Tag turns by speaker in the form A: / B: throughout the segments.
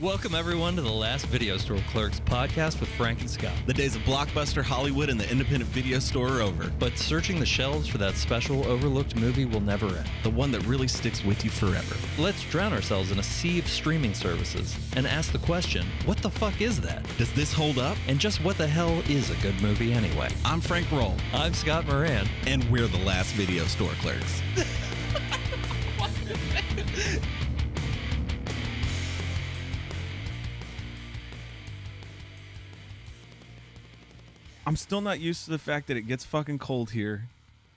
A: Welcome, everyone, to the last Video Store Clerks podcast with Frank and Scott.
B: The days of Blockbuster, Hollywood, and the independent video store are over.
A: But searching the shelves for that special overlooked movie will never end.
B: The one that really sticks with you forever.
A: Let's drown ourselves in a sea of streaming services and ask the question what the fuck is that?
B: Does this hold up?
A: And just what the hell is a good movie anyway?
B: I'm Frank Roll,
A: I'm Scott Moran.
B: and we're the last Video Store Clerks.
C: I'm still not used to the fact that it gets fucking cold here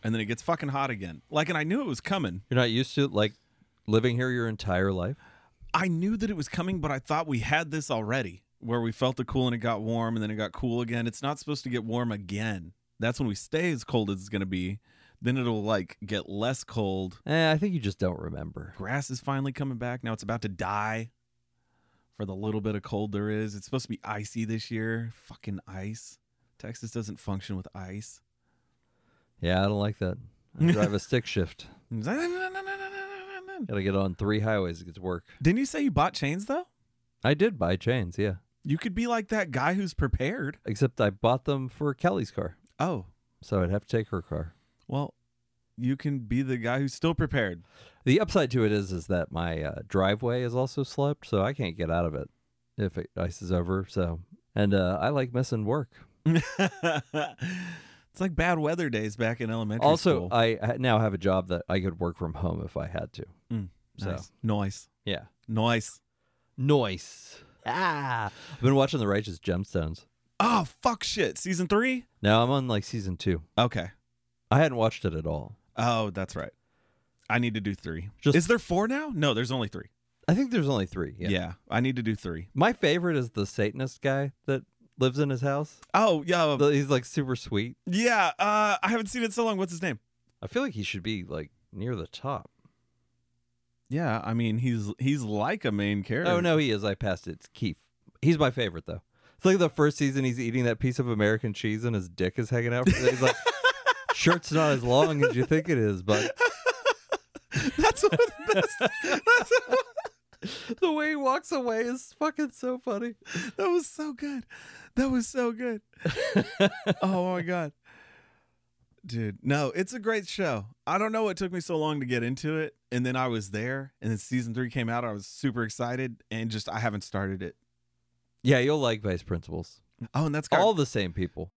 C: and then it gets fucking hot again. Like, and I knew it was coming.
A: You're not used to like living here your entire life?
C: I knew that it was coming, but I thought we had this already where we felt the cool and it got warm and then it got cool again. It's not supposed to get warm again. That's when we stay as cold as it's going to be. Then it'll like get less cold.
A: Eh, I think you just don't remember.
C: Grass is finally coming back. Now it's about to die for the little bit of cold there is. It's supposed to be icy this year. Fucking ice. Texas doesn't function with ice.
A: Yeah, I don't like that. I drive a stick shift. Gotta get on three highways to get to work.
C: Didn't you say you bought chains though?
A: I did buy chains, yeah.
C: You could be like that guy who's prepared.
A: Except I bought them for Kelly's car.
C: Oh,
A: So I'd have to take her car.
C: well, you can be the guy who's still prepared.
A: The upside to it is is that my uh, driveway is also sloped, so I can't get out of it if it ices over. So, and uh, I like missing work.
C: it's like bad weather days back in elementary
A: also, uh,
C: school.
A: I ha- now have a job that I could work from home if I had to.
C: Mm,
A: so
C: nice. noise,
A: yeah,
C: noise.
A: nice. Ah, I've been watching The Righteous Gemstones.
C: Oh fuck, shit. Season three.
A: Now I'm on like season two.
C: Okay.
A: I hadn't watched it at all.
C: Oh, that's right. I need to do three.
A: Just-
C: is there four now? No, there's only three.
A: I think there's only three.
C: Yeah. I need to do three.
A: My favorite is the Satanist guy that lives in his house.
C: Oh yeah,
A: The- He's like super sweet.
C: yeah. Uh, I haven't seen it so long. What's his name?
A: I feel like he should be like near the top.
C: Yeah, I mean he's he's like a main character.
A: Oh no, he is. I passed it. It's Keith. He's my favorite though. It's like the first season he's eating that piece of American cheese and his dick is hanging out. From it. He's like, shirt's not as long as you think it is, but
C: That's what that's, that's,
A: the way he walks away is fucking so funny.
C: that was so good. That was so good. Oh my god. Dude, no, it's a great show. I don't know what took me so long to get into it, and then I was there, and then season three came out. I was super excited, and just I haven't started it.
A: yeah, you'll like Vice Principals.
C: Oh, and that's got
A: All the same people,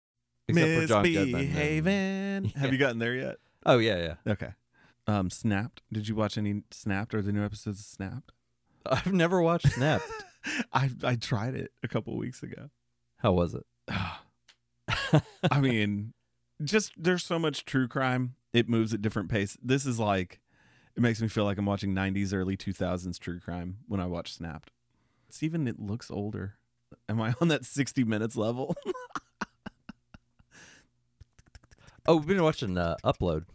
A: except for John Goodman. and-
C: misbehaving. Have you gotten there yet?
A: Oh yeah, yeah.
C: Okay. Um, Snapped. Did you watch any Snapped or the new episodes of Snapped?
A: I've never watched Snapped.
C: I I tried it a couple weeks ago.
A: How was it?
C: I mean, just there's so much true crime. It moves at different pace. This is like, it makes me feel like I'm watching 90s, early 2000s true crime when I watch Snapped. It's even, it looks older. Am I on that 60 minutes level?
A: Oh, we've been watching uh, Upload.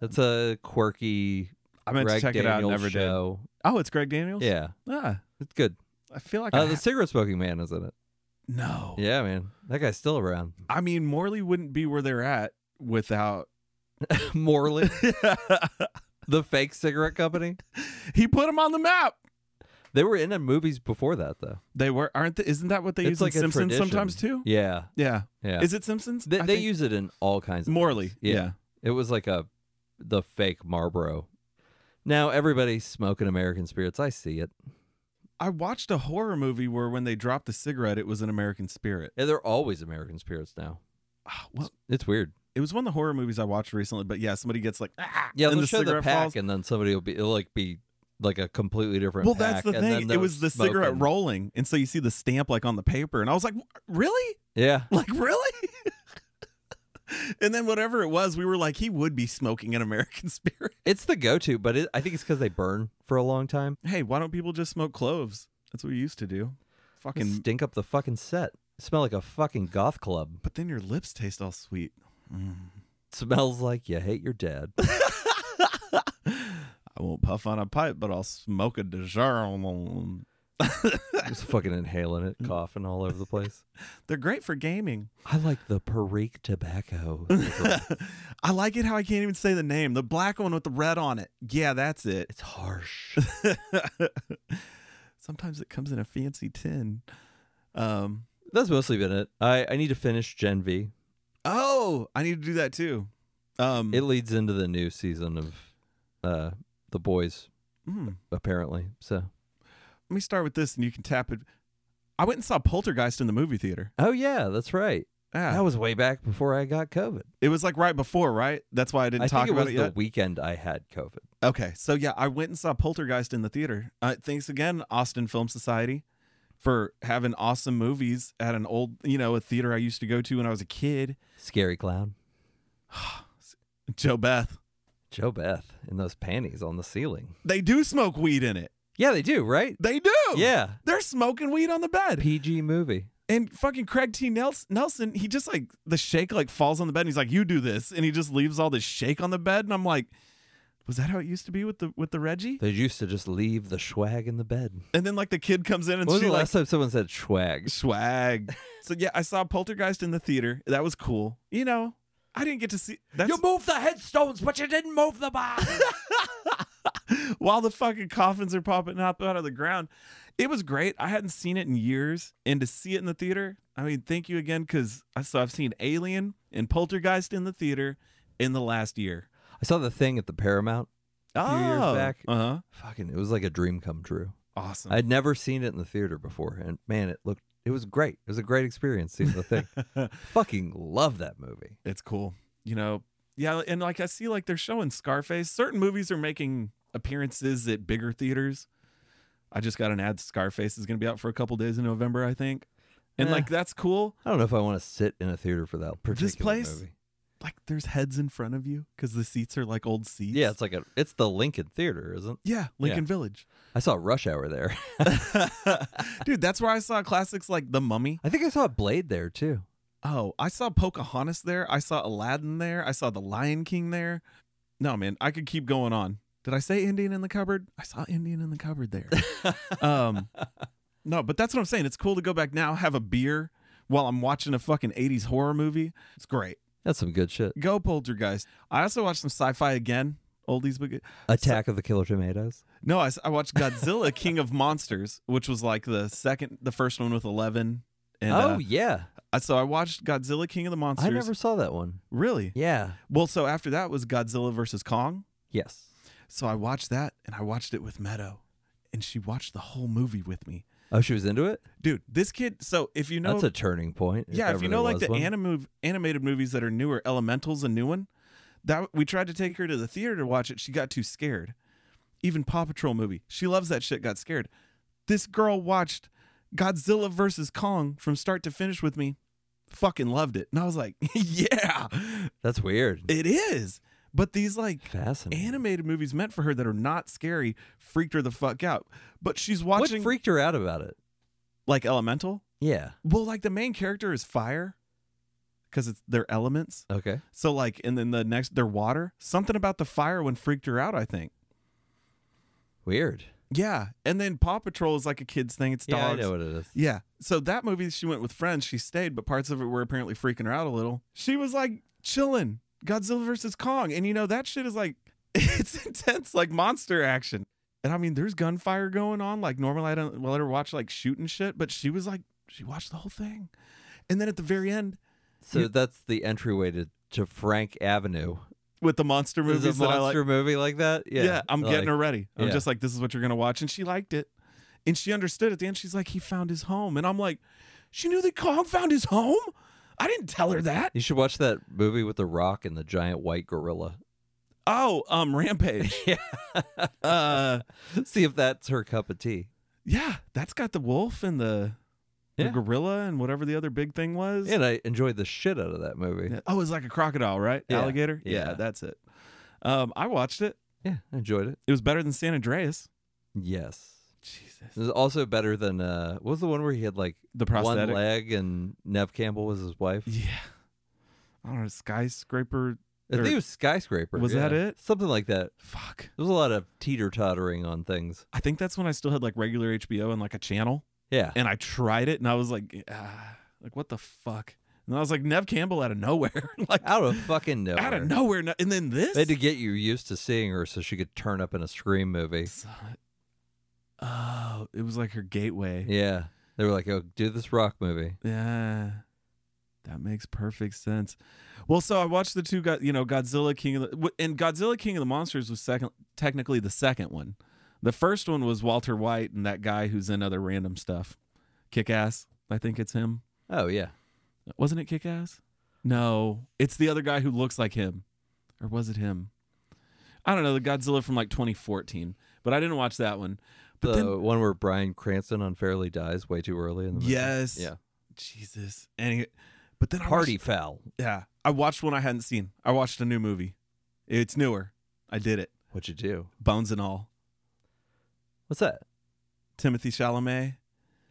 A: It's a quirky.
C: I meant
A: Greg
C: to check it out.
A: Daniels
C: Never
A: show.
C: did. Oh, it's Greg Daniels?
A: Yeah,
C: Ah,
A: it's good.
C: I feel like I
A: Uh, the
C: ha-
A: cigarette smoking man is in it.
C: No.
A: Yeah, man, that guy's still around.
C: I mean, Morley wouldn't be where they're at without.
A: Morley, the fake cigarette company.
C: he put him on the map.
A: They were in the movies before that, though.
C: They were, aren't they? Isn't that what they
A: it's
C: use
A: like
C: in
A: a
C: Simpsons
A: tradition.
C: sometimes too?
A: Yeah,
C: Yeah.
A: yeah.
C: Is it Simpsons?
A: they
C: I
A: they
C: think-
A: use it in all kinds of.
C: Morley.
A: Yeah.
C: yeah.
A: It was like a the fake Marlboro. Now everybody's smoking American spirits. I see it.
C: I watched a horror movie where when they dropped the cigarette, it was an American spirit.
A: Yeah, they're always American spirits now.
C: Ah, Well,
A: It's weird.
C: it was one of the horror movies I watched recently, but yeah, somebody gets like, ah,
A: Yeah,
C: and
A: they'll
C: the
A: show the
C: cigarette
A: pack,
C: falls.
A: and then somebody will be it'll like be like a completely different.
C: well, that's
A: pack,
C: the
A: and then
C: thing. It
A: they're
C: was the cigarette
A: smoking.
C: rolling, and so you see the stamp like on the paper, and I was like, "Wh- really?
A: Yeah,
C: Like really? and then whatever it was, we were like, he would be smoking an American spirit.
A: it's the go-to, but it, I think it's because they burn for a long time.
C: Hey, why don't people just smoke cloves? That's what we used to do.
A: They
C: Fucking
A: stink up the fucking set. Smell like a fucking goth club.
C: But then your lips taste all sweet. Mm,
A: Smells like you hate your dad.
C: I won't puff on a pipe, but I'll smoke a DiGiorno.
A: Just fucking inhaling it, coughing all over the place.
C: They're great for gaming.
A: I like the Perique tobacco.
C: I like it how I can't even say the name. The black one with the red on it. Yeah, that's it.
A: It's harsh.
C: so Sometimes it comes in a fancy tin. Um,
A: That's mostly been it. I, I need to finish Gen V.
C: oh, I need to do that too. Um,
A: It leads into the new season of uh The Boys,
C: mm.
A: apparently. So
C: let me start with this and you can tap it. I went and saw Poltergeist in the movie theater.
A: Oh yeah, that's right.
C: Yeah.
A: That was way back before I got COVID.
C: it was like right before, right? That's why I didn't
A: I
C: talk
A: think it
C: about
A: was
C: it
A: the
C: yet.
A: weekend I had COVID.
C: Okay, so yeah, I went and saw Poltergeist in the theater. Uh, thanks again, Austin Film Society, for having awesome movies at an old, you know, a theater I used to go to when I was a kid.
A: Scary clown.
C: Joe Beth,
A: Joe Beth in those panties on the ceiling.
C: they do smoke weed in it.
A: Yeah, they do, right?
C: They do.
A: Yeah.
C: they're smoking weed on the bed.
A: PG movie.
C: And fucking Craig T. Nels- Nelson, he just like the shake like falls on the bed. and He's like, "You do this," and he just leaves all this shake on the bed. And I'm like, "Was that how it used to be with the with the Reggie?"
A: They used to just leave the swag in the bed.
C: And then like the kid comes in and
A: When was
C: she
A: the
C: like
A: last time someone said swag?
C: swag. so yeah, I saw Poltergeist in the theater. That was cool. You know, I didn't get to see. That's
A: moved the headstones, but you didn't move the box.
C: while the fucking coffins are popping up out of the ground. It was great. I hadn't seen it in years, and to see it in the theater, I mean, thank you again because I so I've seen Alien and Poltergeist in the theater in the last year.
A: I saw the thing at the Paramount. few years back.
C: uh huh.
A: Fucking, it was like a dream come true.
C: Awesome.
A: I'd never seen it in the theater before, and man, it looked it was great. It was a great experience seeing the thing. Fucking love that movie.
C: it's cool. You know, yeah, and like I see like they're showing Scarface. Certain movies are making appearances at bigger theaters. I just got an ad Scarface is going to be out for a couple days in November, I think. And
A: Eh.
C: like that's cool.
A: I don't know if I want to sit in a theater for that particular
C: place?
A: movie.
C: Like there's heads in front of you cuz the seats are like old seats.
A: Yeah, it's like a it's the Lincoln Theater, isn't? it?
C: yeah, Lincoln Village.
A: I saw Rush Hour there.
C: Dude, that's where I saw classics like The Mummy.
A: I think I saw Blade there too.
C: Oh, I saw Pocahontas there. I saw Aladdin there. I saw The Lion King there. No, man, I could keep going on. Did I say Indian in the cupboard? I saw Indian in the cupboard there. um, no, but that's what I'm saying. It's cool to go back now, have a beer while I'm watching a fucking 80s horror movie. It's great.
A: That's some good shit.
C: Go Poltergeist. I also watched some sci-fi again. Oldies but good.
A: Attack of the Killer Tomatoes.
C: No, I, s- I watched Godzilla King of Monsters, which was like the second, the first one with 11. And
A: oh
C: uh,
A: yeah,
C: I- so I watched Godzilla King of the Monsters.
A: I never saw that one.
C: really.
A: Yeah.
C: Well, so after that was Godzilla versus Kong.
A: Yes.
C: So I watched that and I watched it with Meadow. And she watched the whole movie with me.
A: Oh, she was into it.
C: Dude, this kid, so if you know
A: That's a turning point.
C: Yeah, if
A: ever
C: you
A: there
C: know like
A: was
C: the
A: one.
C: anime animated movies that are newer, Elemental's a new one. That we tried to take her to the theater to watch it. She got too scared. Even Paw Patrol movie. She loves that shit, got scared. This girl watched Godzilla versus Kong from start to finish with me. Fucking loved it. And I was like, yeah,
A: That's weird.
C: it is. But these like
A: Fascinating.
C: animated movies meant for her that are not scary freaked her the fuck out. But she's
A: What
C: watching
A: freaked her out about it?
C: like Elemental.
A: Yeah.
C: Well, like the main character is fire because it's their elements.
A: Okay.
C: So like, and then the next, their water. Something about the fire one freaked her out. I think.
A: Weird.
C: Yeah, and then Paw Patrol is like a kid's thing. It's dogs.
A: Yeah, I know what it is.
C: Yeah. So that movie, she went with friends. She stayed, but parts of it were apparently freaking her out a little. She was like chilling. Godzilla versus Kong, and you know that shit is like it's intense, like monster action. And I mean, there's gunfire going on. Like normally, I don't let her watch like shooting shit, but she was like, she watched the whole thing. And then at the very end,
A: So
C: You-
A: that's the entryway to, to Frank Avenue.
C: with the monster
A: Is
C: movies
A: a
C: that I like,
A: monster movie like that? Yeah.
C: Yeah, I'm getting
A: like,
C: her ready. I'm
A: yeah.
C: just like, this is what you're gonna watch, and she liked it, and she understood at the end. She's like, he found his home, and I'm like, she knew that Kong found his home. I didn't tell her that.
A: You should watch that movie with the Rock and the giant white gorilla.
C: Oh, um, Rampage.
A: Yeah.
C: uh,
A: See if that's her cup of tea.
C: yeah, that's got the wolf and the,
A: Yeah.
C: the gorilla and whatever the other big thing was.
A: And I enjoyed the shit out of that movie.
C: Yeah. Oh, it's like a crocodile, right?
A: Yeah,
C: Alligator.
A: yeah.
C: that's it. Um, I watched it.
A: Yeah, I enjoyed it.
C: It was better than San Andreas.
A: Yes. It
C: Jesus,
A: was also better than uh what was the one where he had like
C: the prosthetic.
A: one leg and Nev Campbell was his wife?
C: Yeah. I don't know. Skyscraper.
A: I think
C: Or-
A: it was skyscraper.
C: er, Was that
A: yeah.
C: it?
A: Something like that.
C: Fuck.
A: There was a lot of teeter tottering on things.
C: I think that's when I still had like regular HBO and like a channel,
A: Yeah.
C: and I tried it, and I was like, ah, like what the fuck? And I was like, Nev Campbell out of nowhere, like
A: Out of fucking nowhere.
C: out of nowhere, no- and then this.
A: They had to get you used to seeing her so she could turn up in a Scream movie.
C: It's- Oh, it was like her gateway.
A: Yeah. They were like, oh, do this rock movie.
C: Yeah. That makes perfect sense. Well, so I watched the two, Go- you know, Godzilla King of the w- and Godzilla King of the Monsters was second, technically the second one. The first one was Walter White and that guy who's in other random stuff, Kick Ass. I think it's him.
A: Oh, yeah.
C: Wasn't it Kick Ass? No, it's the other guy who looks like him, or was it him? I don't know. The Godzilla from like 2014, but I didn't watch that one. But
A: the
C: then
A: one where Brian Cranston unfairly dies way too early in the movie.
C: yes,
A: Yeah.
C: Jesus. And he- but then I watched-
A: Party foul.
C: Yeah. I watched one I hadn't seen. I watched a new movie. It's newer. I did it.
A: What'd you do?
C: Bones and all.
A: What's that?
C: Timothy Chalamet.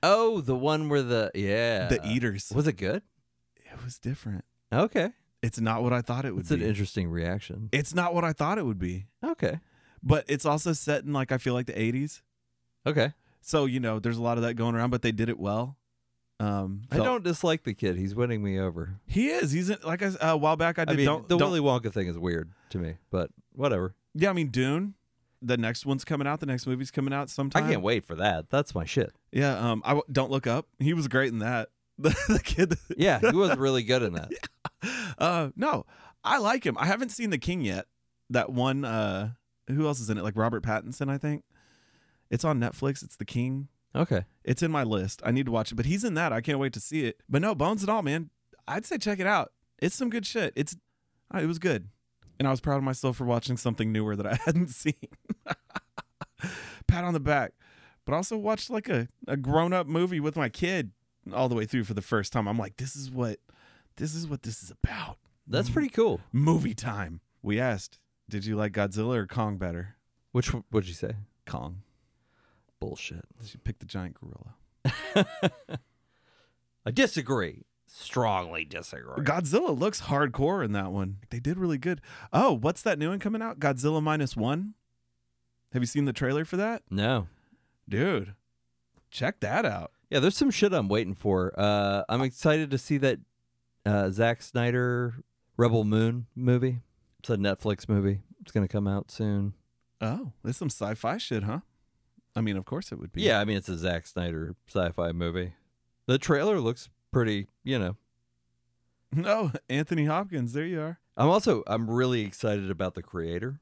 A: Oh, the one where the yeah
C: the Eaters.
A: was it good?
C: It was different.
A: Okay,
C: It's not what I thought it would
A: it's an
C: be.
A: interesting reaction.
C: it's not what I thought it would be.
A: Okay,
C: But it's also set in like I feel like the 80s.
A: okay.
C: So, you know, there's a lot of that going around, but they did it well. Um
A: I
C: felt-
A: don't dislike the kid. He's winning me over.
C: He is. He's in, like I s- uh, a while back I
A: I,
C: did
A: mean,
C: don't,
A: the
C: don't
A: Willy Wonka thing is weird to me, but whatever.
C: Yeah, I mean Dune. The next one's coming out. The next movie's coming out sometime.
A: I can't wait for that. That's my shit.
C: Yeah, um I w- don't look up. He was great in that. The, the kid that-
A: Yeah, he was really good in that.
C: uh no i like him i haven't seen the king yet that one uh who else is in it like robert pattinson i think it's on netflix it's the king
A: Okay,
C: it's in my list i need to watch it but he's in that i can't wait to see it but no bones and all man i'd say check it out it's some good shit it's uh, it was good and i was proud of myself for watching something newer that i hadn't seen pat on the back but also watched like a, a grown-up movie with my kid all the way through for the first time i'm like this is what this is what this is about
A: that's pretty cool.
C: movie time. We asked, did you like Godzilla or Kong better?
A: Which one- what'd you say?
C: Kong.
A: Bullshit.
C: She picked the giant gorilla.
A: I disagree. Strongly disagree.
C: Godzilla looks hardcore in that one. They did really good. Oh, what's that new one coming out? Godzilla minus one. Have you seen the trailer for that,
A: No.
C: dude? Check that out.
A: Yeah, there's some shit I'm waiting for. Uh, I'm excited to see that uh, Zack Snyder Rebel Moon movie. It's a Netflix movie. It's gonna come out soon.
C: Oh, that's some sci-fi shit, huh? I mean, of course it would be.
A: Yeah, I mean it's a Zack Snyder sci-fi movie. The trailer looks pretty. You know,
C: No, Oh, Anthony Hopkins. There you are.
A: I'm also I'm really excited about the creator,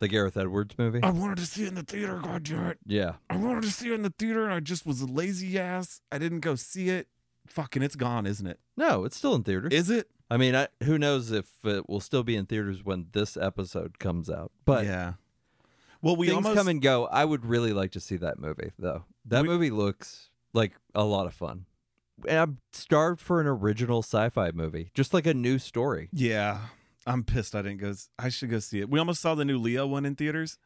A: the Gareth Edwards movie.
C: I wanted to see it in the theater. God damn it.
A: Yeah,
C: I wanted to see it in the theater, and I just was a lazy ass. I didn't go see it. Fucking, it's gone, isn't it?
A: no, it's still in theaters.
C: Is it?
A: I mean, I, who knows if it will still be in theaters when this episode comes out? But
C: yeah. Well, we
A: things
C: almost
A: come and go. I would really like to see that movie though. That
C: We-
A: movie looks like a lot of fun. And I'm starved for an original sci-fi movie, just like a new story.
C: yeah, I'm pissed. I didn't go. s- I should go see it. We almost saw the new Leo one in theaters,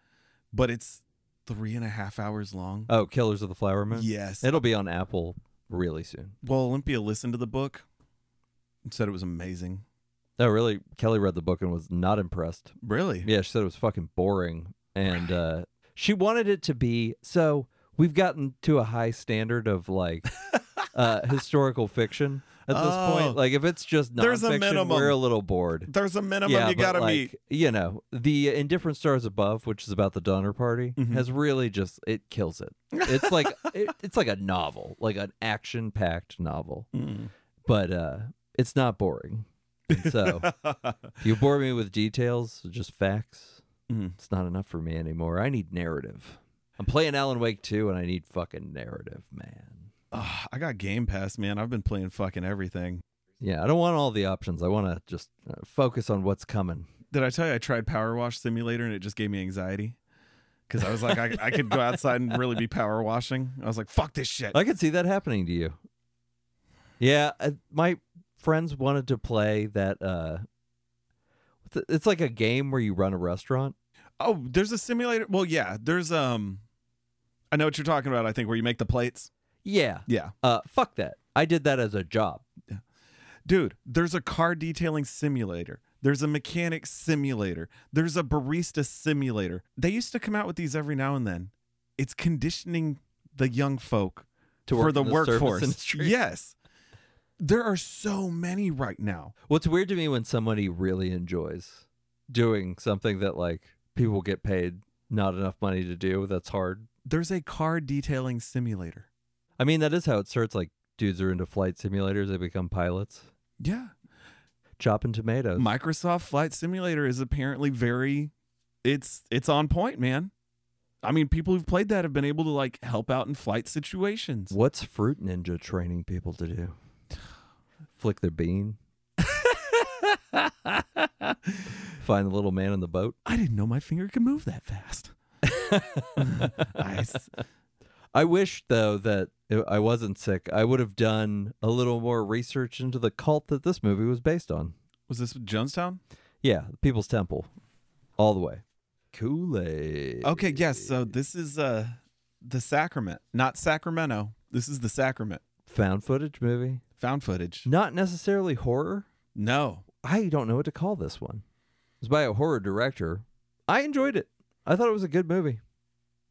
C: but it's three and a half hours long.
A: Oh, Killers of the Flower Moon.
C: yes.
A: It'll be on Apple really soon.
C: well, Olympia listened to the book and said it was amazing.
A: No, really, Kelly read the book and was not impressed.
C: Really?
A: Yeah, she said it was fucking boring, and uh, she wanted it to be so. We've gotten to a high standard of like uh, historical fiction at this
C: Oh.
A: point. Like, if it's just nonfiction,
C: There's a minimum.
A: we're a little bored.
C: There's a minimum you
A: but,
C: gotta
A: like,
C: meet.
A: You know, the Indifferent Stars Above, which is about the Donner Party,
C: Mhm.
A: has really just it kills it. It's like it, it's like a novel, like an action-packed novel, but uh it's not boring. And so you bore me with details, just facts.
C: Mhm.
A: It's not enough for me anymore. I need narrative. I'm playing Alan Wake 2 and I need fucking narrative, man.
C: Ugh, Ah, I got Game Pass, man. I've been playing fucking everything.
A: Yeah, I don't want all the options. I want to just uh, focus on what's coming.
C: Did I tell you I tried Power Wash Simulator and it just gave me anxiety? Because I was like, I, I could go outside and really be power washing. I was like, fuck this shit.
A: I could see that happening to you. Yeah, I, my friends wanted to play that. uh what's it- It's like a game where you run a restaurant.
C: Oh, there's a simulator. Well, yeah, there's um, I know what you're talking about. I think where you make the plates.
A: Yeah.
C: Yeah,
A: Uh, fuck that. I did that as a job.
C: dude, there's a car detailing simulator. There's a mechanic simulator. There's a barista simulator. They used to come out with these every now and then. It's conditioning the young folk
A: To
C: for
A: work
C: the,
A: in the service
C: workforce.
A: industry.
C: Yes, there are so many right now.
A: What's weird to me when somebody really enjoys doing something that like people get paid not enough money to do. That's hard.
C: There's a car detailing simulator.
A: I mean, that is how it starts. Like dudes are into flight simulators; they become pilots,
C: Yeah.
A: chopping tomatoes.
C: Microsoft Flight Simulator is apparently very it's it's on point, man. I mean, people who've played that have been able to like help out in flight situations.
A: What's Fruit Ninja training people to do? Flick their bean. Find the little man in the boat.
C: I didn't know my finger could move that fast. I s-
A: I wish though that i- I wasn't sick. I would have done a little more research into the cult that this movie was based on.
C: was this Jonestown?
A: Yeah, the People's Temple, all the way. Kool Aid.
C: Okay, yes. So this is uh the sacrament, not Sacramento. This is the sacrament.
A: Found footage movie.
C: Found footage.
A: Not necessarily horror.
C: No.
A: I don't know what to call this one. It's by a horror director. I enjoyed it. I thought it was a good movie.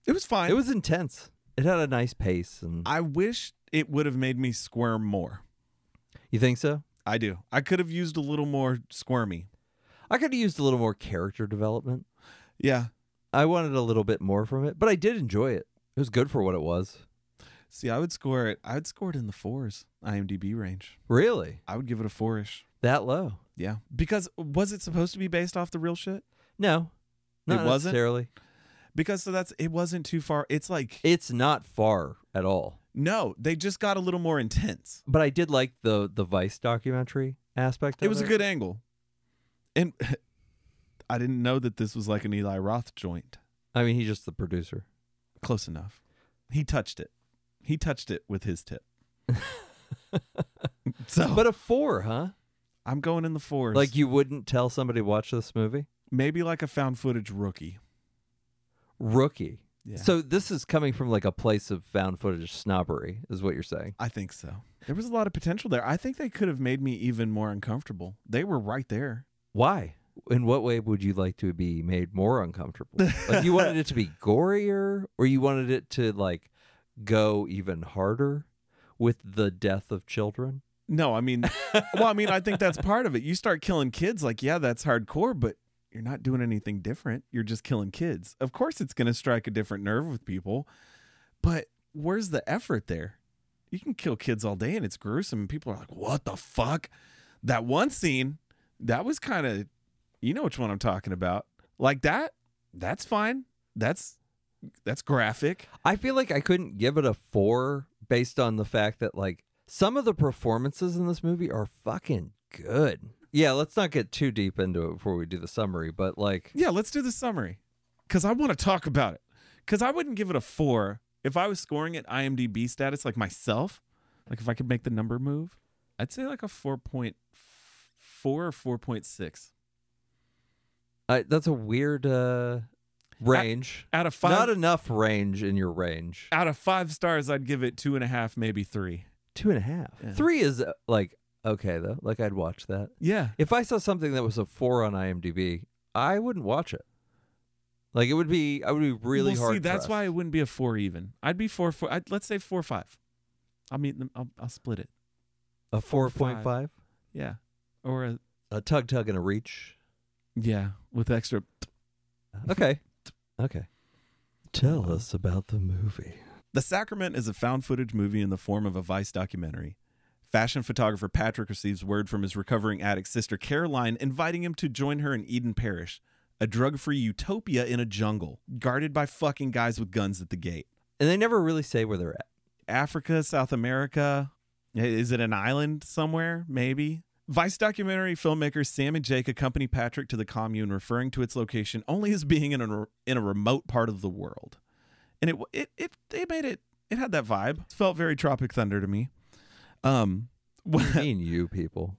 C: It was fine.
A: It was intense. It had a nice pace, and
C: I wish it would have made me squirm more.
A: you think so?
C: I do. I could have used a little more squirmy.
A: I could have used a little more character development.
C: Yeah.
A: I wanted a little bit more from it, but I did enjoy it. It was good for what it was.
C: See, I would score it. I would score it in the fours, IMDb range.
A: Really?
C: I would give it a fourish.
A: That low?
C: Yeah, because was it supposed to be based off the real shit?
A: No. Not
C: It wasn't?
A: necessarily.
C: Because so that's it wasn't too far. It's like
A: It's not far at all.
C: no, they just got a little more intense.
A: But I did like the the Vice documentary aspect of it.
C: It was a good angle, and I didn't know that this was like an Eli Roth joint.
A: I mean, he's just the producer.
C: Close enough. He touched it. He touched it with his tip. so
A: But a 4, huh?
C: I'm going in the fours.
A: Like you wouldn't tell somebody to watch this movie?
C: maybe like a found footage rookie.
A: Rookie.
C: Yeah.
A: So this is coming from like a place of found footage snobbery is what you're saying.
C: I think so. There was a lot of potential there. I think they could have made me even more uncomfortable. They were right there.
A: Why? In what way would you like to be made more uncomfortable? like you wanted it to be gorier or you wanted it to like go even harder with the death of children?
C: No, I mean, well, I mean, I think that's part of it. You start killing kids, like, yeah, that's hardcore, but you're not doing anything different. You're just killing kids. Of course, it's going to strike a different nerve with people, but where's the effort there? You can kill kids all day and it's gruesome. And people are like, what the fuck? That one scene, that was kind of, you know which one I'm talking about. Like that, that's fine. That's, that's graphic.
A: I feel like I couldn't give it a 4 based on the fact that like some of the performances in this movie are fucking good. Yeah, let's not get too deep into it before we do the summary, but like
C: Yeah, let's do the summary because I want to talk about it. Because I wouldn't give it a four if I was scoring it IMDb status like myself. Like if I could make the number move, I'd say like a 4.4 or 4.6
A: I, that's a weird uh range.
C: out of five.
A: Not enough range in your range.
C: out of five stars, I'd give it two and a half, maybe three.
A: Two and a half.
C: Yeah.
A: Three is uh, like okay though. Like I'd watch that.
C: Yeah,
A: If I saw something that was a four on IMDb, I wouldn't watch it. Like it would be, I would be really
C: well,
A: hard.
C: See, that's
A: pressed.
C: why it wouldn't be a four even. I'd be four four. I'd, let's say four five. I'll meet them. I'll, I'll split it.
A: a four point five,
C: Yeah, or a
A: a tug tug and a reach.
C: yeah with extra.
A: Okay, okay. Tell us about the movie.
C: The Sacrament is a found footage movie in the form of a Vice documentary. Fashion photographer Patrick receives word from his recovering addict sister Caroline inviting him to join her in Eden Parish, a drug free utopia in a jungle, guarded by fucking guys with guns at the gate.
A: And they never really say where they're at.
C: Africa, South America. Is it an island somewhere? Maybe. Vice documentary filmmakers Sam and Jake accompany Patrick to the commune, referring to its location only as being in a, in a remote part of the world. And it, it, it, they made it, it had that vibe. It felt very Tropic Thunder to me. Um,
A: What do you mean, you people?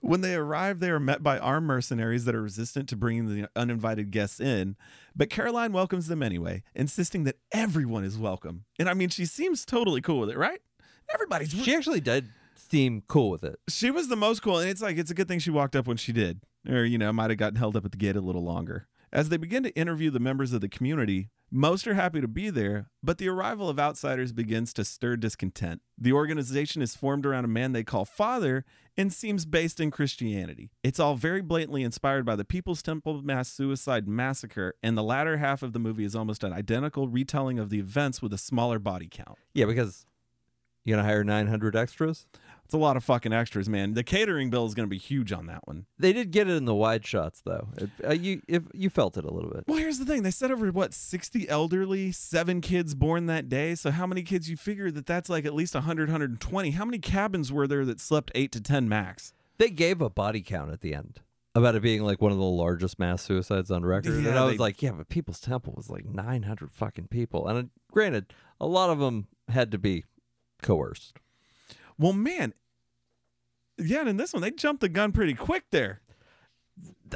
C: When they arrive, they are met by armed mercenaries that are resistant to bringing the uninvited guests in, but Caroline welcomes them anyway, insisting that everyone is welcome. And I mean, she seems totally cool with it, right? Everybody's
A: She actually did seem cool with it.
C: she was the most cool, and it's like it's a good thing she walked up when she did, or you know, might have gotten held up at the gate a little longer. As they begin to interview the members of the community, most are happy to be there, but the arrival of outsiders begins to stir discontent. The organization is formed around a man they call Father and seems based in Christianity. It's all very blatantly inspired by the People's Temple Mass Suicide Massacre, and the latter half of the movie is almost an identical retelling of the events with a smaller body count.
A: Yeah, because you're gonna hire 900 extras.
C: It's a lot of fucking extras, man. The catering bill is going to be huge on that one.
A: They did get it in the wide shots though. It, uh, you if you felt it a little bit.
C: Well, here's the thing. They said over what 60 elderly, 7 kids born that day. So how many kids you figure that that's like at least 100 120. How many cabins were there that slept 8 to 10 max?
A: They gave a body count at the end about it being like one of the largest mass suicides on record, and
C: Yeah,
A: I was
C: they-
A: like, yeah, but People's Temple was like 900 fucking people, and uh, granted, a lot of them had to be coerced.
C: Well, man. Yeah, and in this one they jumped the gun pretty quick there.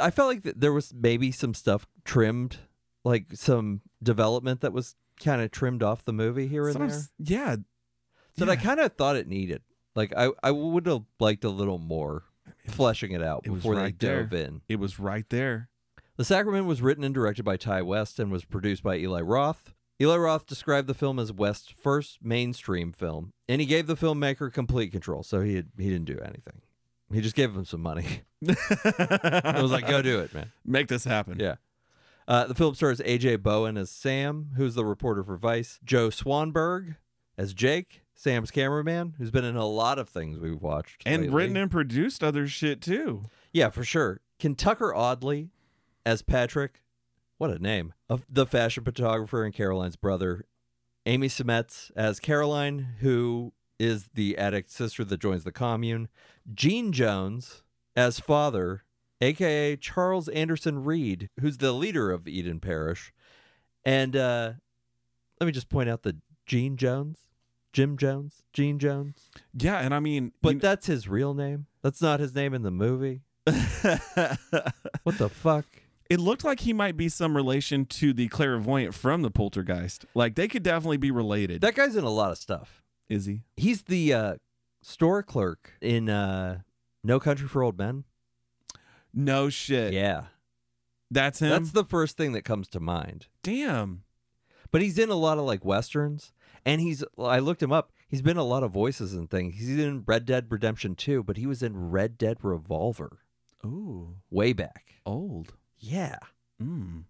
A: I felt like th- there was maybe some stuff trimmed, like some development that was kind of trimmed off the movie here and
C: That's what I'm
A: there.
C: s- Yeah.
A: that I
C: Yeah.
A: kind of thought it needed. Like I, I would have liked a little more fleshing it out
C: it was
A: before
C: right
A: they
C: there.
A: dove in.
C: It was right there.
A: The Sacrament was written and directed by Ty West and was produced by Eli Roth. Eli Roth described the film as West's first mainstream film, and he gave the filmmaker complete control. So he had, he didn't do anything. He just gave him some money. I
C: I
A: was like, go do it, man.
C: Make this happen.
A: Yeah. Uh, the film stars AJ Bowen as Sam, who's the reporter for Vice, Joe Swanberg as Jake, Sam's cameraman, who's been in a lot of things we've watched.
C: And
A: lately.
C: written and produced other shit too.
A: Yeah, for sure. Can Tucker Audley as Patrick, what a name, of the fashion photographer and Caroline's brother. Amy Semets as Caroline, who is the addict sister that joins the commune. Gene Jones as father, aka Charles Anderson Reed, who's the leader of Eden Parish. And uh, let me just point out that Gene Jones, Jim Jones, Gene Jones.
C: Yeah, and I mean,
A: But that's his real name. That's not his name in the movie. What the fuck?
C: it looked like he might be some relation to the clairvoyant from the poltergeist. Like they could definitely be related.
A: That guy's in a lot of stuff.
C: Is he?
A: He's the uh, store clerk in uh, No Country for Old Men.
C: No shit.
A: Yeah.
C: That's him.
A: That's the first thing that comes to mind.
C: Damn.
A: But he's in a lot of like westerns and he's I looked him up. He's been in a lot of voices and things. He's in Red Dead Redemption 2, but he was in Red Dead Revolver
C: Ooh.
A: way back.
C: Old.
A: Yeah.
C: Mm.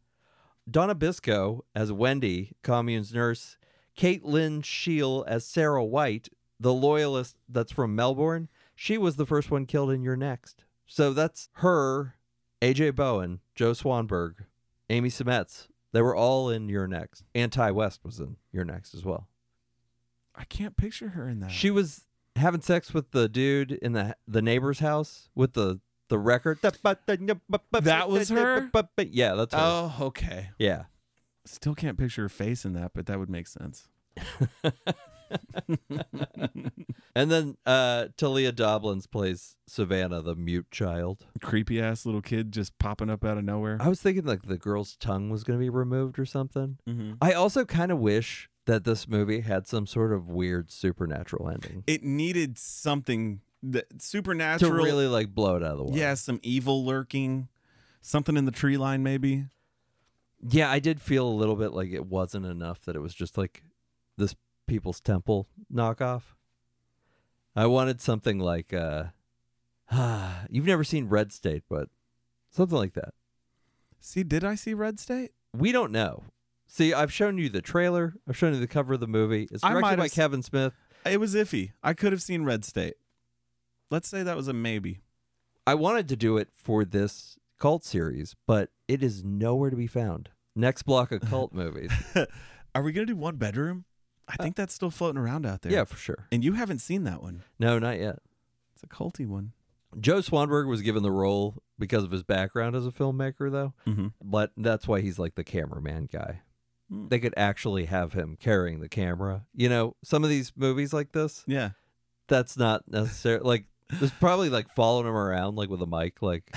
A: Donna Bisco as Wendy, commune's nurse, Caitlin Scheel as Sarah White, the loyalist that's from Melbourne. She was the first one killed in Your Next. So that's her, AJ Bowen, Joe Swanberg, Amy Semets. They were all in Your Next. And Ty West was in Your Next as well.
C: I can't picture her in that.
A: She was having sex with the dude in the the neighbor's house with the the record. That
C: was her?
A: Yeah, that's her.
C: Oh, okay.
A: Yeah.
C: Still can't picture her face in that, but that would make sense.
A: And then uh, Talia Doblins plays Savannah, the mute child.
C: Creepy ass little kid just popping up out of nowhere.
A: I was thinking like the girl's tongue was going to be removed or something.
C: Mm-hmm.
A: I also kind of wish that this movie had some sort of weird supernatural ending
C: It needed something that
A: to
C: supernatural.
A: really like blow it out of the water.
C: yeah, some evil lurking, something in the tree line maybe.
A: yeah. I did feel a little bit like it wasn't enough that it was just like this People's Temple knockoff. I wanted something like, uh, you've never seen Red State, but something like that.
C: See, did I see Red State?
A: we don't know. See, I've shown you the trailer. I've shown you the cover of the movie. It's
C: I might
A: directed
C: have
A: by
C: s-
A: Kevin Smith.
C: It was iffy. I could have seen Red State. Let's say that was a maybe.
A: I wanted to do it for this cult series, but it is nowhere to be found. Next block of cult movies.
C: Are we gonna do one bedroom? I think that's still floating around out there.
A: Uh, Yeah, for sure.
C: And you haven't seen that one.
A: No, not yet.
C: It's a culty one.
A: Joe Swanberg was given the role because of his background as a filmmaker, though.
C: Mhm.
A: But that's why he's like the cameraman guy.
C: Hmm.
A: They could actually have him carrying the camera. You know, some of these movies like this,
C: Yeah.
A: that's not necessarily like. There's probably like following him around like with a mic, like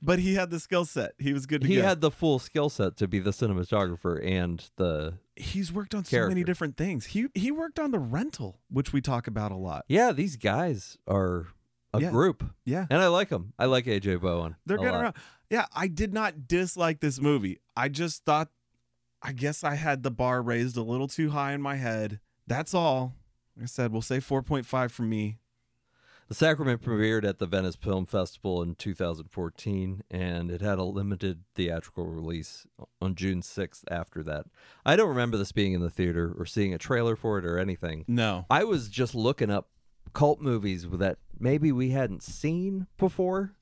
C: But he had the skill set. He was good to
A: he
C: go.
A: had the full skill set to be the cinematographer and the
C: He's worked on so many
A: character.
C: different things. He he worked on the rental, which we talk about a lot.
A: yeah these guys are a
C: Yeah.
A: group,
C: Yeah.
A: and I like them. I like AJ Bowen.
C: They're
A: a
C: good
A: lot.
C: around. Yeah, I did not dislike this movie. I just thought I guess I had the bar raised a little too high in my head. That's all. Like I said, we'll say 4.5 from me.
A: The Sacrament premiered at the Venice Film Festival in 2014, and it had a limited theatrical release on June 6th after that. I don't remember this being in the theater or seeing a trailer for it or anything.
C: No.
A: I was just looking up cult movies that maybe we hadn't seen before,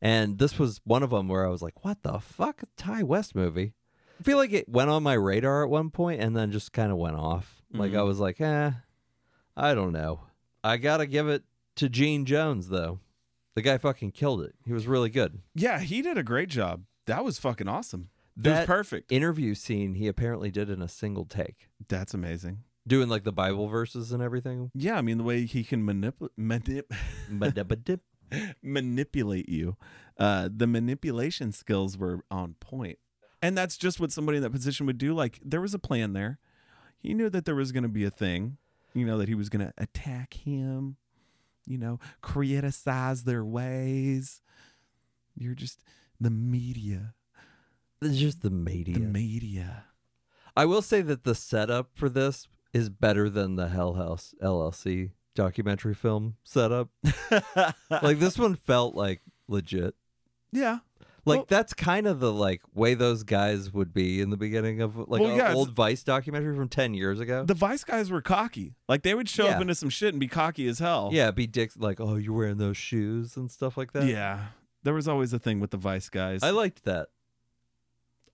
A: and this was one of them where I was like, what the fuck? A Ty West movie? I feel like it went on my radar at one point and then just kind of went off. Like,
C: Mhm.
A: I was like, eh, I don't know. I gotta give it to Gene Jones though. The guy fucking killed it. He was really good.
C: Yeah, he did a great job. That was fucking awesome. it was
A: That
C: perfect.
A: interview scene he apparently did in a single take,
C: That's amazing.
A: doing like the Bible verses and everything.
C: Yeah, I mean the way he can manipulate manip-
A: Ba-da-ba-dip.
C: manipulate you. Uh, the manipulation skills were on point. And that's just what somebody in that position would do. Like, there was a plan there. He knew that there was going to be a thing, you know, that he was going to attack him, you know, criticize their ways. You're just the media.
A: it's just the media.
C: The media.
A: I will say that the setup for this is better than the Hell House LLC documentary film setup. like this one felt like legit.
C: yeah.
A: Like
C: Well-
A: that's kind of the like way those guys would be in the beginning of like
C: Well,
A: an
C: yeah, it's-
A: old Vice documentary from ten years ago.
C: The Vice guys were cocky. Like, they would show
A: Yeah.
C: up into some shit and be cocky as hell.
A: Yeah, be dicks like, oh, you're wearing those shoes and stuff like that.
C: Yeah. There was always a thing with the Vice guys.
A: I liked that.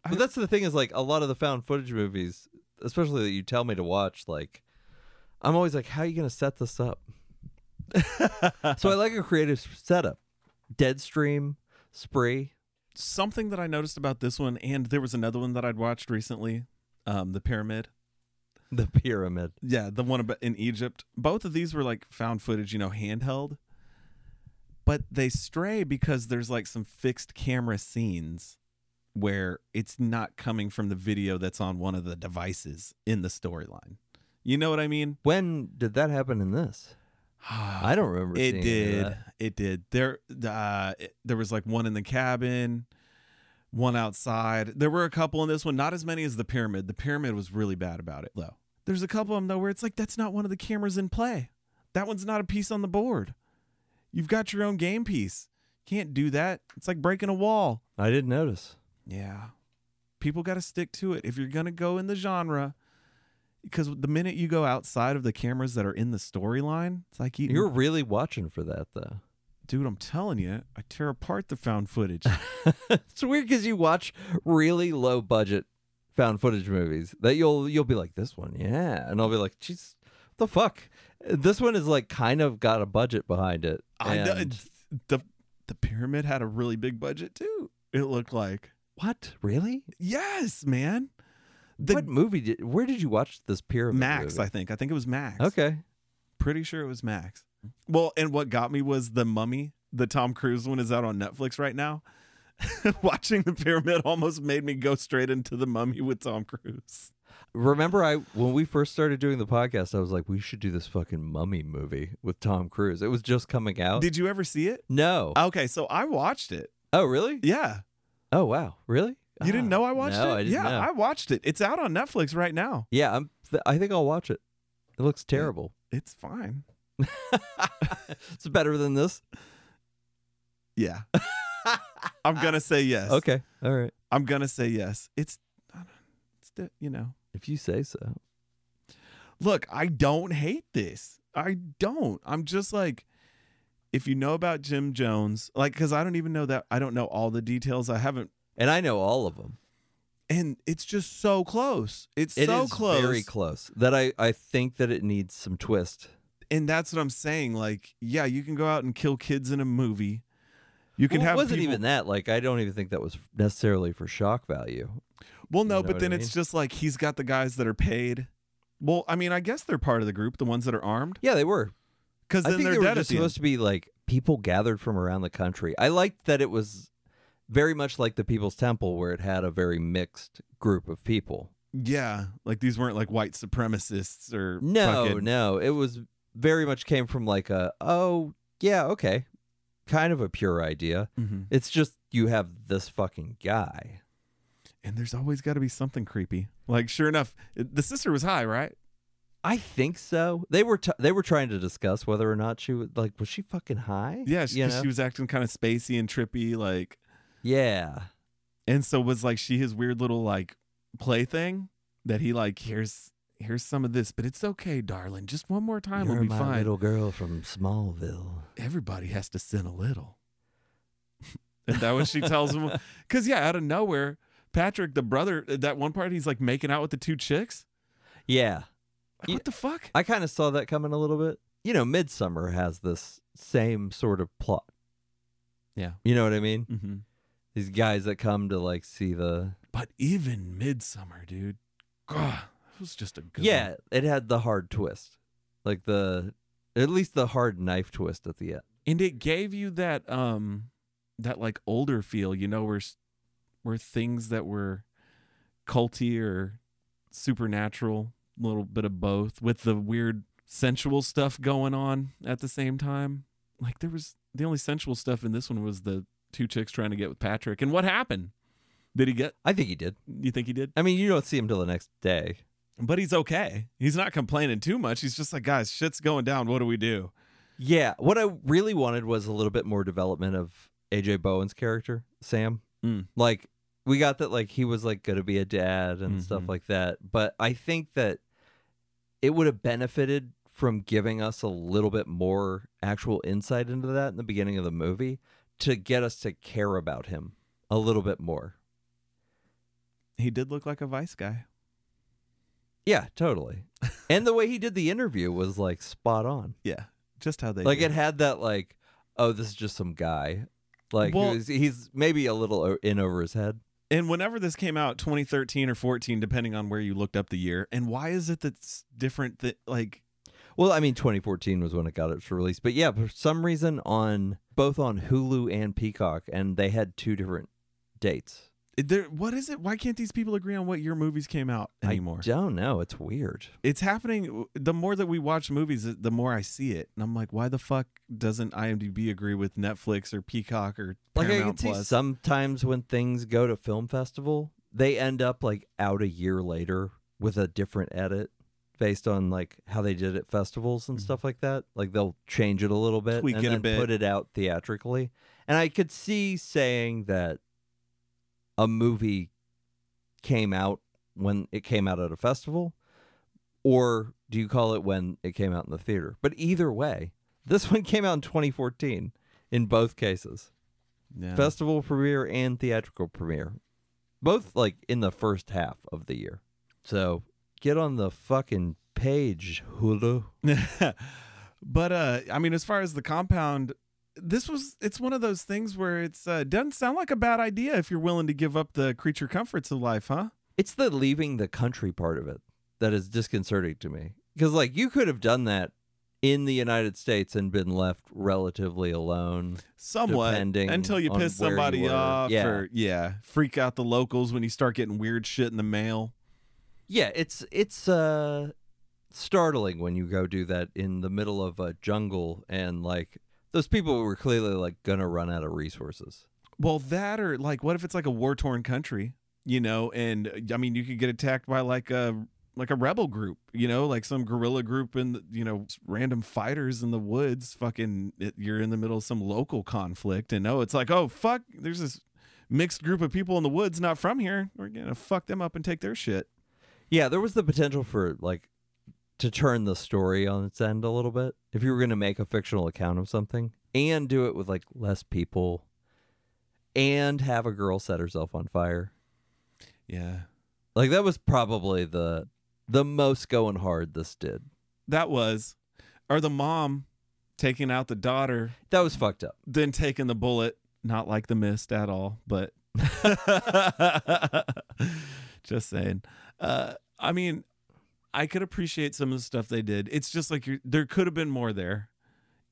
C: I-
A: But that's the thing is like a lot of the found footage movies, especially that you tell me to watch, like I'm always like, how are you gonna set this up? so I like a creative setup. Deadstream, Spree.
C: something that I noticed about this one, and there was another one that I'd watched recently, um, the Pyramid.
A: The pyramid.
C: Yeah, the one about in Egypt. Both of these were like found footage, you know, handheld. But they stray because there's like some fixed camera scenes where it's not coming from the video that's on one of the devices in the storyline. You know what I mean?
A: When did that happen in this? I don't remember. seeing any
C: It
A: of
C: did.
A: that.
C: It did. There, uh, it- there was like one in the cabin, one outside. There were a couple in this one, not as many as the pyramid. The pyramid was really bad about it, though. There's a couple of them though where it's like that's not one of the cameras in play. That one's not a piece on the board. You've got your own game piece. Can't do that. It's like breaking a wall.
A: I didn't notice.
C: Yeah. People got to stick to it. If you're going to go in the genre, because the minute you go outside of the cameras that are in the storyline, it's like eating
A: You're really watching for that though.
C: dude, I'm telling you, I tear apart the found footage.
A: it's weird because you watch really low budget found footage movies that you'll you'll be like this one yeah and i'll be like jeez what the fuck this one is like kind of got a budget behind it
C: I know,
A: and-
C: it's- the the pyramid had a really big budget too. It looked like
A: what really
C: yes, man. The
A: what movie did where did you watch this pyramid
C: Max, I
A: movie?
C: think. I think it was Max.
A: okay
C: pretty sure it was Max. Well, and what got me was the Mummy. The Tom Cruise one is out on Netflix right now. Watching the pyramid almost made me go straight into the Mummy with Tom Cruise.
A: remember i when we first started doing the podcast i was like we should do this fucking mummy movie with tom cruise it was just coming out
C: Did you ever see it?
A: no
C: Okay, so I watched it.
A: oh really
C: Yeah.
A: oh wow really
C: You didn't
A: Ah,
C: know I watched
A: no,
C: it?
A: I didn't
C: yeah,
A: know.
C: I watched it. It's out on Netflix right now.
A: yeah i'm i think i'll watch it it looks terrible
C: It's fine.
A: it's better than this.
C: Yeah. I'm going to say yes.
A: Okay. All right.
C: I'm going to say yes. It's it's di- you know.
A: If you say so.
C: Look, I don't hate this. I don't. I'm just like if you know about Jim Jones, like cuz I don't even know that I don't know all the details. I haven't
A: And I know all of them.
C: and it's just so close. It's
A: It is
C: so close.
A: very close that I, I think that it needs some twist.
C: and that's what I'm saying like yeah, you can go out and kill kids in a movie. You can
A: Well, it
C: have
A: wasn't
C: people-
A: even that. Like I don't even think that was necessarily for shock value.
C: Well, no,
A: know
C: but
A: what I
C: then
A: mean?
C: it's just like he's got the guys that are paid. Well, I mean, I guess they're part of the group, the ones that are armed,
A: Yeah, they were.
C: because
A: I
C: then
A: think
C: they're
A: they were
C: dead at
A: just
C: the
A: supposed to
C: end.
A: be like people gathered from around the country. I liked that it was very much like the People's Temple, where it had a very mixed group of people.
C: Yeah, like these weren't like white supremacists or
A: No,
C: fucking-
A: no, it was very much came from like a oh yeah okay kind of a pure idea.
C: Mm-hmm.
A: It's just you have this fucking guy.
C: And there's always got to be something creepy. Like, sure enough, it- the sister was high, right?
A: I think so. They were t- they were trying to discuss whether or not she would like was she fucking high?
C: Yeah, she,
A: You
C: 'cause
A: know?
C: she was acting kind of spacey and trippy, like,
A: yeah.
C: and so was like she his weird little like play thing that he like here's here's some of this, but it's okay, darling. Just one more time,
A: You're
C: we'll be
A: my
C: fine.
A: little girl from Smallville.
C: Everybody has to sin a little, and that when she tells him, because yeah, out of nowhere, Patrick, the brother, at that one part he's like making out with the two chicks.
A: Yeah.
C: Like,
A: Yeah.
C: What the fuck?
A: I kind of saw that coming a little bit. You know, Midsummer has this same sort of plot.
C: Yeah.
A: You know what I mean?
C: Mm-hmm.
A: These guys that come to like see the
C: But even Midsummer, dude, God, it was just a good.
A: Yeah, it had the hard twist. Like the at least the hard knife twist at the end.
C: and it gave you that um that like older feel you know where s- where things that were culty or supernatural a little bit of both with the weird sensual stuff going on at the same time like there was the only sensual stuff in this one was the two chicks trying to get with patrick and what happened did he get
A: I think he did.
C: you think he did
A: I mean, you don't see him till the next day.
C: but he's okay he's not complaining too much he's just like guys shit's going down what do we do
A: Yeah, what I really wanted was a little bit more development of AJ Bowen's character, Sam.
C: Mm.
A: Like we got that like he was like going to be a dad and stuff
C: Mhm.
A: like that, but I think that it would have benefited from giving us a little bit more actual insight into that in the beginning of the movie to get us to care about him a little bit more.
C: he did look like a vice guy
A: Yeah, totally. and the way he did the interview was like spot on.
C: yeah just how they
A: like
C: do.
A: it had that like oh this is just some guy like
C: Well-
A: he's, he's maybe a little o- in over his head
C: And whenever this came out, 2013 or 14, depending on where you looked up the year. And why is it that's different? That like,
A: well i mean 2014 was when it got its release but yeah for some reason on both on hulu and peacock and they had two different dates
C: there, what is it? Why can't these people agree on what year movies came out anymore?
A: i don't know it's weird
C: it's happening. The more that we watch movies, the more I see it, and I'm like, why the fuck doesn't IMDb agree with Netflix or Peacock or
A: like i can
C: Paramount
A: see
C: Plus?
A: sometimes when things go to film festival they end up like out a year later with a different edit based on like how they did at festivals and
C: Mhm.
A: stuff like that like they'll change it a little bit
C: Tweak
A: and
C: it a
A: then
C: bit.
A: put it out theatrically and i could see saying that a movie came out when it came out at a festival or do you call it when it came out in the theater but either way this one came out in 2014 in both cases
C: Yeah.
A: festival premiere and theatrical premiere, both like in the first half of the year. So get on the fucking page, Hulu.
C: but uh I mean as far as the compound this was it's one of those things where it's uh doesn't sound like a bad idea if you're willing to give up the creature comforts of life, huh?
A: It's the leaving the country part of it that is disconcerting to me because like you could have done that in the United States and been left relatively alone.
C: Somewhat
A: Depending
C: until you
A: on
C: piss
A: where you
C: somebody
A: were.
C: off
A: Yeah.
C: or yeah, freak out the locals when you start getting weird shit in the mail.
A: Yeah, it's it's uh startling when you go do that in the middle of a jungle and like those people were clearly like gonna run out of resources.
C: Well, that or like what if it's like a war torn country, you know, and uh, I mean you could get attacked by like a like a rebel group, you know, like some guerrilla group and you know random fighters in the woods. Fucking, it, you're in the middle of some local conflict, and oh, it's like oh fuck, there's this mixed group of people in the woods not from here. We're gonna fuck them up and take their shit.
A: Yeah, there was the potential for like to turn the story on its end a little bit if you were going to make a fictional account of something and do it with like less people and have a girl set herself on fire.
C: Yeah,
A: Like that was probably the the most going hard this did.
C: that was, or the mom taking out the daughter,
A: That was fucked up.
C: then taking the bullet. Not like the mist at all, but just saying. Uh, I mean, I could appreciate some of the stuff they did. It's just like you're, there could have been more there.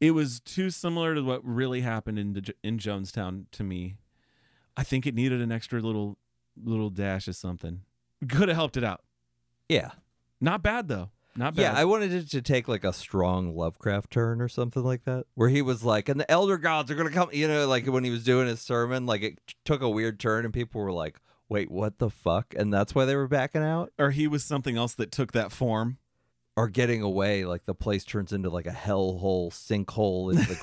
C: It was too similar to what really happened in the, in Jonestown to me. I think it needed an extra little little dash of something. Could have helped it out.
A: Yeah.
C: Not bad though. Not bad.
A: Yeah, I wanted it to take like a strong Lovecraft turn or something like that, where he was like, "And the elder gods are gonna come," you know, like when he was doing his sermon, like it t- took a weird turn, and people were like, "Wait, what the fuck?" And that's why they were backing out
C: or he was something else that took that form.
A: or getting away. Like the place turns into like a hellhole, sinkhole into the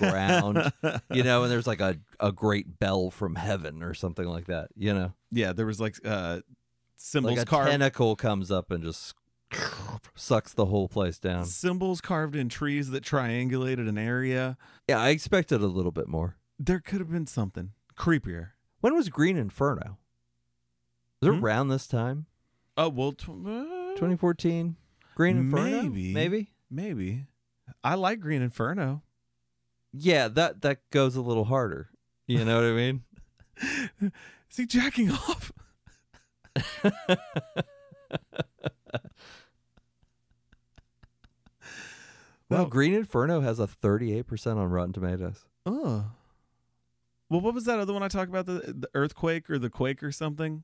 A: ground, you know, and there's like a a great bell from heaven or something like that, you know,
C: yeah, there was like uh symbols
A: like a
C: carved
A: tentacle comes up and just sucks the whole place down.
C: symbols carved in trees that triangulated an area.
A: Yeah, I expected a little bit more.
C: There could have been something creepier.
A: When was Green Inferno? Was it
C: Hmm?
A: around this time?
C: Oh well, tw- uh,
A: 2014? Green Inferno?
C: Maybe.
A: Maybe?
C: maybe. I like Green Inferno.
A: Yeah, that that goes a little harder. You know what I mean?
C: Is he jacking off?
A: Well,
C: That-
A: Green Inferno has a 38% on Rotten Tomatoes.
C: Oh. Well, what was that other one I talked about? The, the earthquake or the quake or something?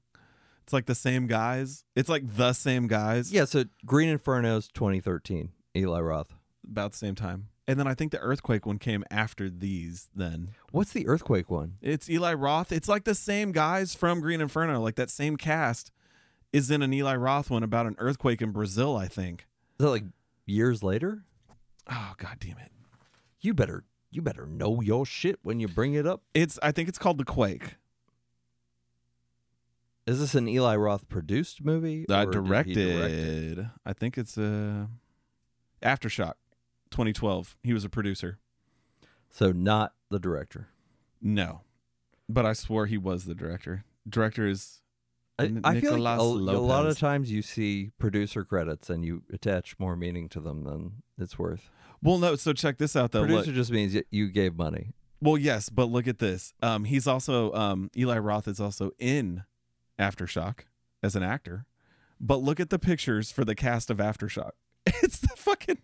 C: It's like the same guys. It's like the same guys.
A: Yeah, so Green Inferno's 2013, Eli Roth.
C: About the same time. And then I think the earthquake one came after these then.
A: What's the earthquake one?
C: It's Eli Roth. It's like the same guys from Green Inferno. Like that same cast is in an Eli Roth one about an earthquake in Brazil, I think.
A: Is that like years later?
C: Oh, god damn it.
A: You better you better know your shit when you bring it up.
C: It's I think it's called The Quake.
A: Is this an Eli Roth produced movie?
C: I
A: or did he direct
C: Uh, directed.
A: it?
C: I think it's uh, Aftershock, 2012. He was a producer.
A: So not the director.
C: No, but I swore he was the director. Director is
A: I,
C: N-
A: I feel like a,
C: Nicolas
A: a lot of
C: Lopez.
A: times you see producer credits and you attach more meaning to them than it's worth.
C: well, no. So check this out though.
A: producer
C: Look,
A: just means y- you gave money.
C: well, yes, but look at this. Um, he's also um, Eli Roth is also in Aftershock as an actor. But look at the pictures for the cast of Aftershock. It's the fucking.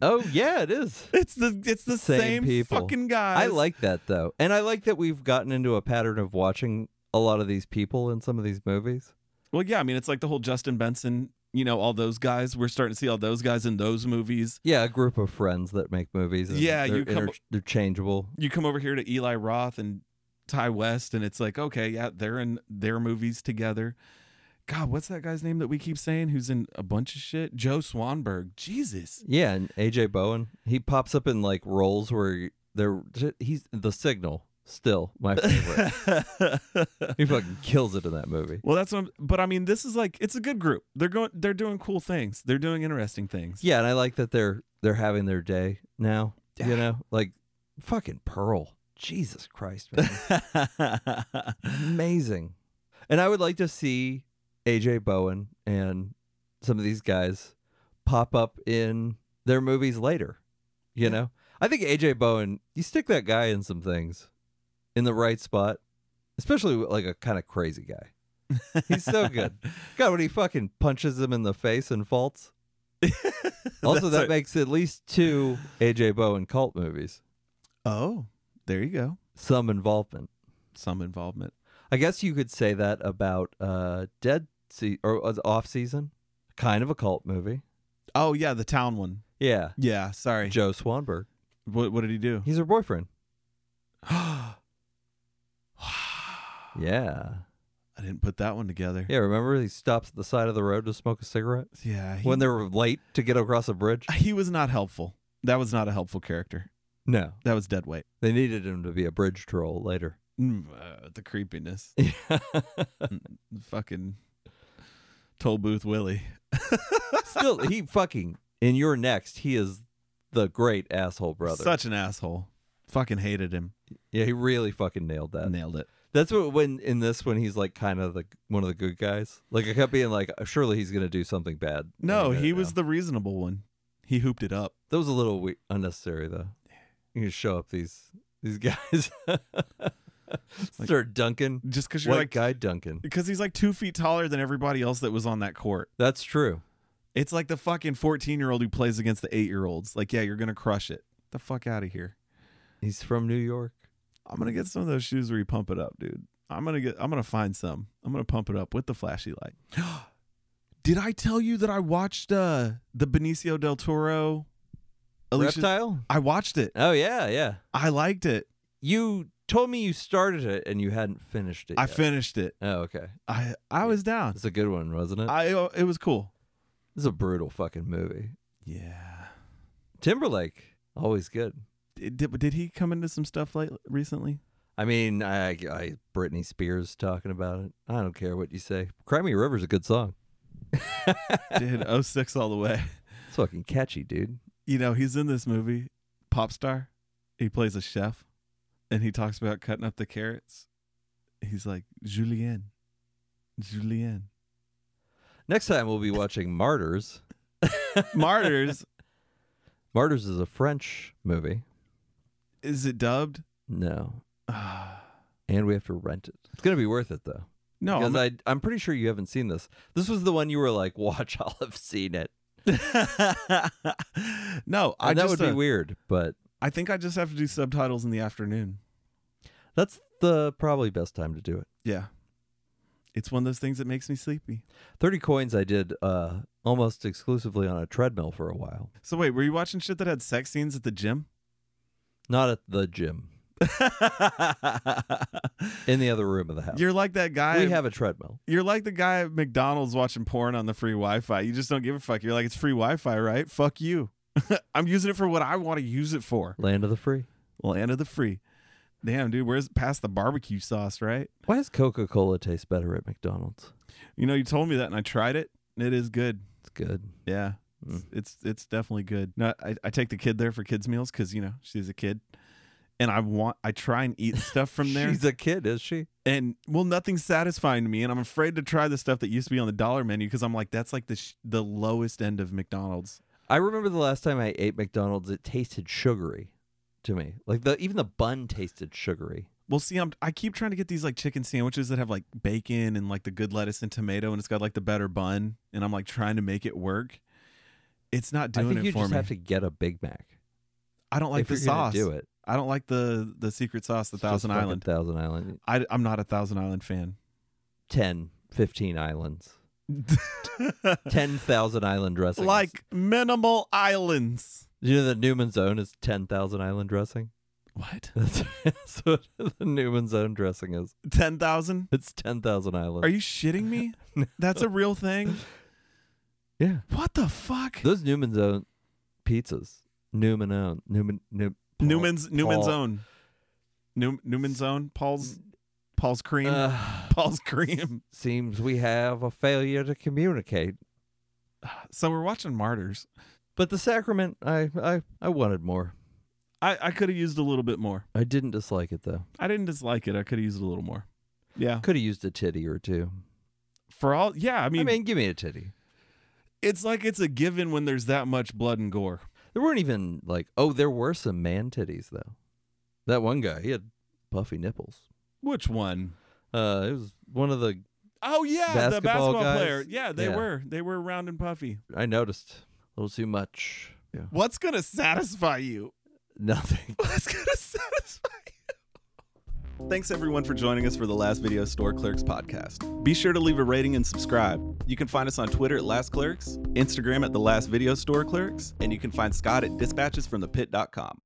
A: Oh yeah, it is.
C: It's the. It's the
A: Same
C: same,
A: people.
C: fucking guy.
A: I like that though, and I like that we've gotten into a pattern of watching a lot of these people in some of these movies.
C: Well, yeah, I mean, it's like the whole Justin Benson, you know, all those guys. We're starting to see all those guys in those movies.
A: Yeah, a group of friends that make movies. And
C: Yeah,
A: they're
C: you come-
A: they're changeable.
C: You come over here to Eli Roth and Ty West, and it's like, okay, yeah, they're in their movies together. God, what's that guy's name that we keep saying who's in a bunch of shit? Joe Swanberg. Jesus.
A: Yeah, and AJ Bowen, he pops up in like roles where they're he's the signal. Still my favorite. he fucking kills it in that movie.
C: well, that's what I'm, but I mean, this is like, it's a good group. They're going, they're doing cool things. They're doing interesting things.
A: Yeah, and I like that they're they're having their day now. You know, like fucking Pearl. Jesus Christ, man. Amazing. And I would like to see AJ Bowen and some of these guys pop up in their movies later. You know? I think AJ Bowen, you stick that guy in some things in the right spot, especially with, like a kind of crazy guy. He's so good. God, when he fucking punches him in the face and faults. also,
C: That's
A: that
C: right.
A: makes at least two AJ Bowen cult movies,
C: oh, there you go.
A: some involvement.
C: Some involvement.
A: I guess you could say that about uh, Dead Sea or uh, Off Season, kind of a cult movie.
C: Oh, yeah, the town one.
A: Yeah,
C: Yeah, sorry.
A: Joe Swanberg.
C: What, what did he do?
A: He's her boyfriend.
C: wow.
A: Yeah,
C: I didn't put that one together.
A: yeah. Remember, he stops at the side of the road to smoke a cigarette
C: Yeah. He,
A: when they were late to get across a bridge.
C: he was not helpful. That was not a helpful character.
A: No,
C: That was dead weight.
A: they needed him to be a bridge troll later.
C: Mm, uh, the creepiness. Fucking toll booth Willie.
A: Still, he fucking in your next. He is the great asshole brother.
C: Such an asshole. Fucking hated him.
A: yeah, he really fucking nailed that.
C: Nailed it.
A: That's what when in this when he's like kind of the one of the good guys. Like I kept being like, surely he's gonna do something bad.
C: No,
A: And, uh,
C: he was the reasonable one. He hooped it up.
A: That was a little we- unnecessary though. You can show up these these guys. Start dunking.
C: Just because you're
A: White
C: like,
A: guy dunking.
C: because he's like two feet taller than everybody else that was on that court.
A: That's true.
C: It's like the fucking 14 year old who plays against the eight year olds. Like, yeah, you're going to crush it. The fuck out of here.
A: He's from New York.
C: I'm going to get some of those shoes where you pump it up, dude. I'm going to get, I'm going to find some. I'm going to pump it up with the flashy light. Did I tell you that I watched uh the Benicio del Toro? Alicia-
A: Reptile?
C: I watched it.
A: Oh yeah, yeah.
C: I liked it.
A: You told me you started it and you hadn't finished it.
C: I
A: yet.
C: finished it.
A: Oh, okay.
C: I I was down.
A: It's a good one, wasn't it?
C: I uh, it was cool.
A: It's a brutal fucking movie.
C: Yeah.
A: Timberlake, always good.
C: Did, did did he come into some stuff late recently?
A: I mean, I, I Britney Spears talking about it. I don't care what you say. Cry Me a River's a good song.
C: Did 06 all the way.
A: It's fucking catchy, dude.
C: You know, he's in this movie, Pop Star. He plays a chef and he talks about cutting up the carrots. He's like, Julienne. Julienne.
A: Next time we'll be watching Martyrs.
C: Martyrs.
A: Martyrs is a French movie.
C: Is it dubbed?
A: No,
C: Ah,
A: and we have to rent it. It's gonna be worth it though.
C: no.
A: because
C: I'm-
A: I, I'm pretty sure you haven't seen this. This was the one you were like, "Watch, I'll have seen it."
C: no, I
A: And that
C: just,
A: would be
C: uh,
A: weird, but
C: I think I just have to do subtitles in the afternoon.
A: that's the probably best time to do it.
C: Yeah. It's one of those things that makes me sleepy.
A: Thirty coins I did uh, almost exclusively on a treadmill for a while,
C: So wait, were you watching shit that had sex scenes at the gym?
A: not at the gym, in the other room of the house.
C: You're like that guy.
A: we have a treadmill.
C: You're like the guy at McDonald's watching porn on the free Wi-Fi. You just don't give a fuck. You're like, it's free Wi-Fi, right? Fuck you. I'm using it for what I want to use it for.
A: Land of the free.
C: Land of the free. Damn, dude, where's past the barbecue sauce, right?
A: Why does Coca Cola taste better at McDonald's?
C: You know, you told me that, and I tried it. It is good.
A: It's good.
C: Yeah, it's
A: Mm.
C: it's, it's definitely good. No, I, I take the kid there for kids meals because you know she's a kid, and I want I try and eat stuff from there.
A: She's a kid, is she?
C: and well, nothing's satisfying to me, and I'm afraid to try the stuff that used to be on the dollar menu because I'm like, that's like the sh- the lowest end of McDonald's.
A: I remember the last time I ate McDonald's, it tasted sugary to me. Like the even the bun tasted sugary.
C: Well, see, I'm I keep trying to get these like chicken sandwiches that have like bacon and like the good lettuce and tomato, and it's got like the better bun, and I'm like trying to make it work. It's not doing
A: I think
C: it
A: you
C: for
A: just
C: me.
A: have to get a Big Mac.
C: I don't like
A: if
C: the
A: you're
C: sauce.
A: gonna do it.
C: I don't like the the secret sauce, the
A: It's just
C: Thousand
A: fucking
C: Island.
A: Thousand Island.
C: I, I'm not a Thousand Island fan.
A: 10, 15 islands. 10,000 island dressings.
C: like minimal islands.
A: you know, the Newman's Own is 10,000 island dressing.
C: What?
A: That's, that's what the Newman's Own dressing is.
C: 10,000?
A: It's 10,000 islands.
C: Are you shitting me? That's a real thing?
A: yeah.
C: What the fuck?
A: Those Newman's Own pizzas. Newman Own. Newman. New, Paul-
C: Newman's Newman's
A: Paul-
C: own. New, Newman's own. Paul's Paul's cream.
A: Ugh.
C: Paul's cream.
A: seems we have a failure to communicate.
C: So we're watching Martyrs.
A: But the sacrament, I, I, I wanted more.
C: I, I could have used a little bit more.
A: I didn't dislike it though.
C: I didn't dislike it. I could have used a little more. Yeah.
A: Could have used a titty or two.
C: For all yeah, I mean,
A: I mean, give me a titty.
C: it's like it's a given when there's that much blood and gore.
A: There weren't even like oh, there were some man titties though. That one guy, he had puffy nipples.
C: Which one?
A: Uh, it was one of the
C: Oh yeah, the
A: Basketball
C: basketball
A: guys?
C: player. Yeah, they
A: Yeah.
C: were. They were round and puffy.
A: I noticed a little too much. Yeah,
C: What's gonna satisfy you?
A: nothing.
C: What's gonna satisfy you? Thanks everyone for joining us for the Last Video Store Clerks podcast. Be sure to leave a rating and subscribe. You can find us on Twitter at Last Clerks, Instagram at the Last Video Store Clerks, and you can find Scott at dispatchesfromthepit.com.